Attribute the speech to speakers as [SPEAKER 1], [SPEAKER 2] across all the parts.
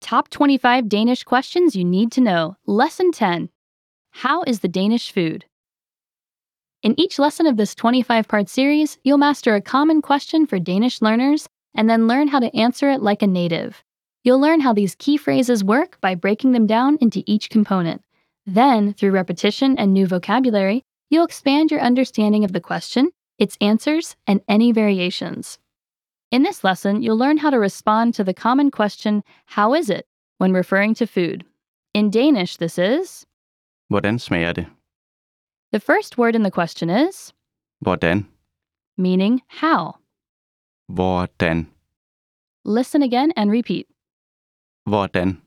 [SPEAKER 1] Top 25 Danish Questions You Need to Know, Lesson 10 How is the Danish Food? In each lesson of this 25 part series, you'll master a common question for Danish learners and then learn how to answer it like a native. You'll learn how these key phrases work by breaking them down into each component. Then, through repetition and new vocabulary, you'll expand your understanding of the question, its answers, and any variations. In this lesson, you'll learn how to respond to the common question, How is it? when referring to food. In Danish, this is
[SPEAKER 2] Hvordan smager det?
[SPEAKER 1] the first word in the question is,
[SPEAKER 2] Hvordan?
[SPEAKER 1] meaning how.
[SPEAKER 2] Hvordan?
[SPEAKER 1] Listen again and repeat.
[SPEAKER 2] Hvordan?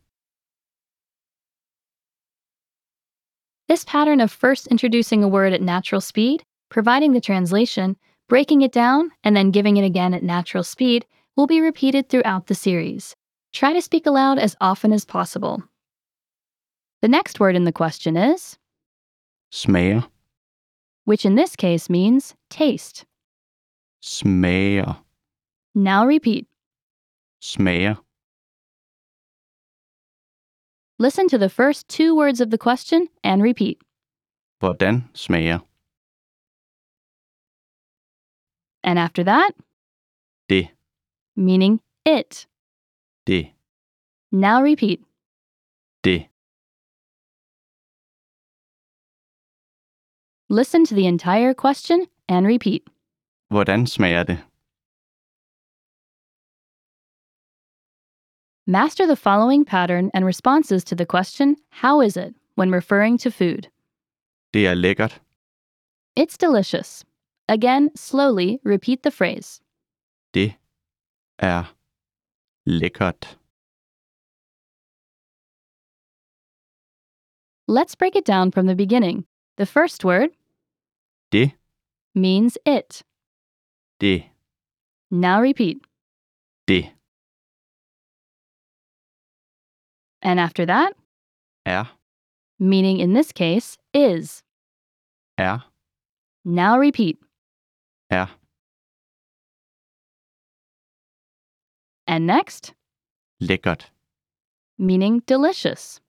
[SPEAKER 1] This pattern of first introducing a word at natural speed, providing the translation, breaking it down, and then giving it again at natural speed will be repeated throughout the series. Try to speak aloud as often as possible. The next word in the question is,
[SPEAKER 2] Smager.
[SPEAKER 1] which in this case means taste.
[SPEAKER 2] Smager.
[SPEAKER 1] Now repeat.
[SPEAKER 2] Smager.
[SPEAKER 1] Listen to the first two words of the question and repeat.
[SPEAKER 2] Hvordan smager
[SPEAKER 1] And after that,
[SPEAKER 2] det?
[SPEAKER 1] meaning it.
[SPEAKER 2] Det.
[SPEAKER 1] Now repeat.
[SPEAKER 2] Det.
[SPEAKER 1] Listen to the entire question and repeat.
[SPEAKER 2] Hvordan smager det?
[SPEAKER 1] Master the following pattern and responses to the question, How is it? when referring to food.
[SPEAKER 2] Det er lækkert.
[SPEAKER 1] It's delicious. Again, slowly repeat the phrase.
[SPEAKER 2] Det er lækkert.
[SPEAKER 1] Let's break it down from the beginning. The first word
[SPEAKER 2] Det.
[SPEAKER 1] means it.
[SPEAKER 2] Det.
[SPEAKER 1] Now repeat.
[SPEAKER 2] Det
[SPEAKER 1] And after that,
[SPEAKER 2] er.
[SPEAKER 1] meaning in this case, is.
[SPEAKER 2] Er.
[SPEAKER 1] Now repeat.
[SPEAKER 2] Er.
[SPEAKER 1] And next,
[SPEAKER 2] Lækkert.
[SPEAKER 1] meaning delicious.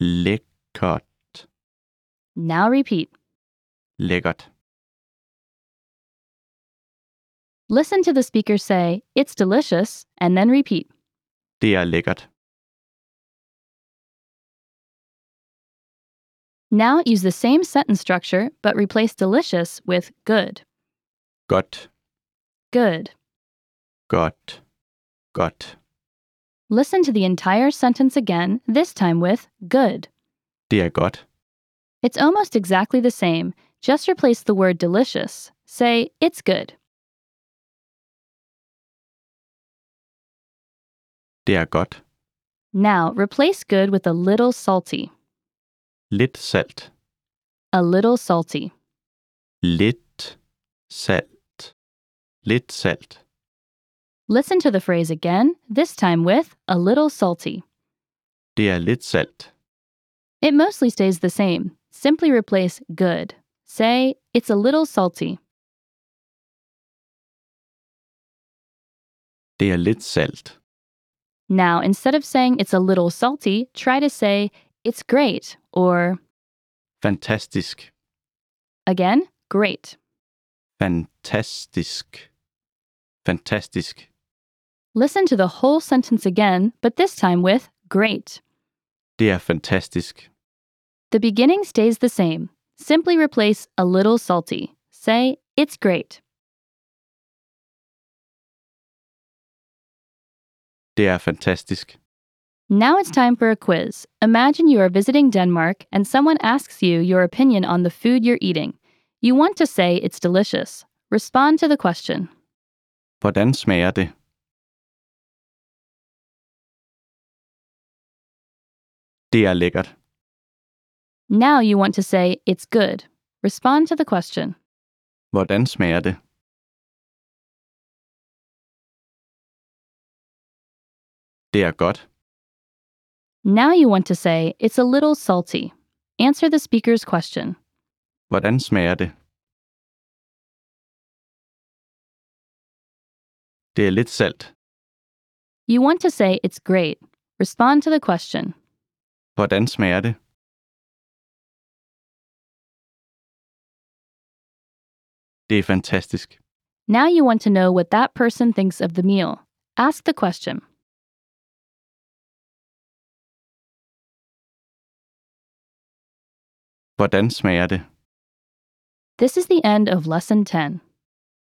[SPEAKER 2] Lækkert.
[SPEAKER 1] Now repeat.
[SPEAKER 2] Lækkert.
[SPEAKER 1] Listen to the speaker say, It's delicious, and then repeat.
[SPEAKER 2] Det er lækkert.
[SPEAKER 1] Now use the same sentence structure, but replace delicious with good.
[SPEAKER 2] Godt.
[SPEAKER 1] Good.
[SPEAKER 2] Godt. Godt.
[SPEAKER 1] Listen to the entire sentence again, this time with good.
[SPEAKER 2] Det er godt.
[SPEAKER 1] It's almost exactly the same, just replace the word delicious. Say, It's good.
[SPEAKER 2] Det er godt.
[SPEAKER 1] Now replace good with a little salty.
[SPEAKER 2] Lidt salt.
[SPEAKER 1] A little salty.
[SPEAKER 2] Lidt salt. Lidt salt.
[SPEAKER 1] Listen to the phrase again, this time with a little salty.
[SPEAKER 2] Det er lidt salt.
[SPEAKER 1] It mostly stays the same. Simply replace good. Say, it's a little salty.
[SPEAKER 2] Det er lidt salt.
[SPEAKER 1] Now, instead of saying it's a little salty, try to say, it's great, or
[SPEAKER 2] Fantastisk.
[SPEAKER 1] again, great.
[SPEAKER 2] Fantastisk. Fantastisk.
[SPEAKER 1] Listen to the whole sentence again, but this time with great.
[SPEAKER 2] Det er fantastisk.
[SPEAKER 1] The beginning stays the same. Simply replace a little salty. Say, it's great.
[SPEAKER 2] Det er fantastisk.
[SPEAKER 1] Now it's time for a quiz. Imagine you are visiting Denmark and someone asks you your opinion on the food you're eating. You want to say it's delicious. Respond to the question.
[SPEAKER 2] Hvordan smager det? Det er lækkert.
[SPEAKER 1] Now you want to say it's good. Respond to the question.
[SPEAKER 2] Hvordan smager det? Det er godt.
[SPEAKER 1] Now you want to say it's a little salty. Answer the speaker's question.
[SPEAKER 2] Hvordan smager det? Det er lidt salt.
[SPEAKER 1] You want to say it's great. Respond to the question.
[SPEAKER 2] Hvordan smager det? Det er fantastisk.
[SPEAKER 1] Now you want to know what that person thinks of the meal. Ask the question.
[SPEAKER 2] Hvordan smager det?
[SPEAKER 1] This is the end of Lesson 10.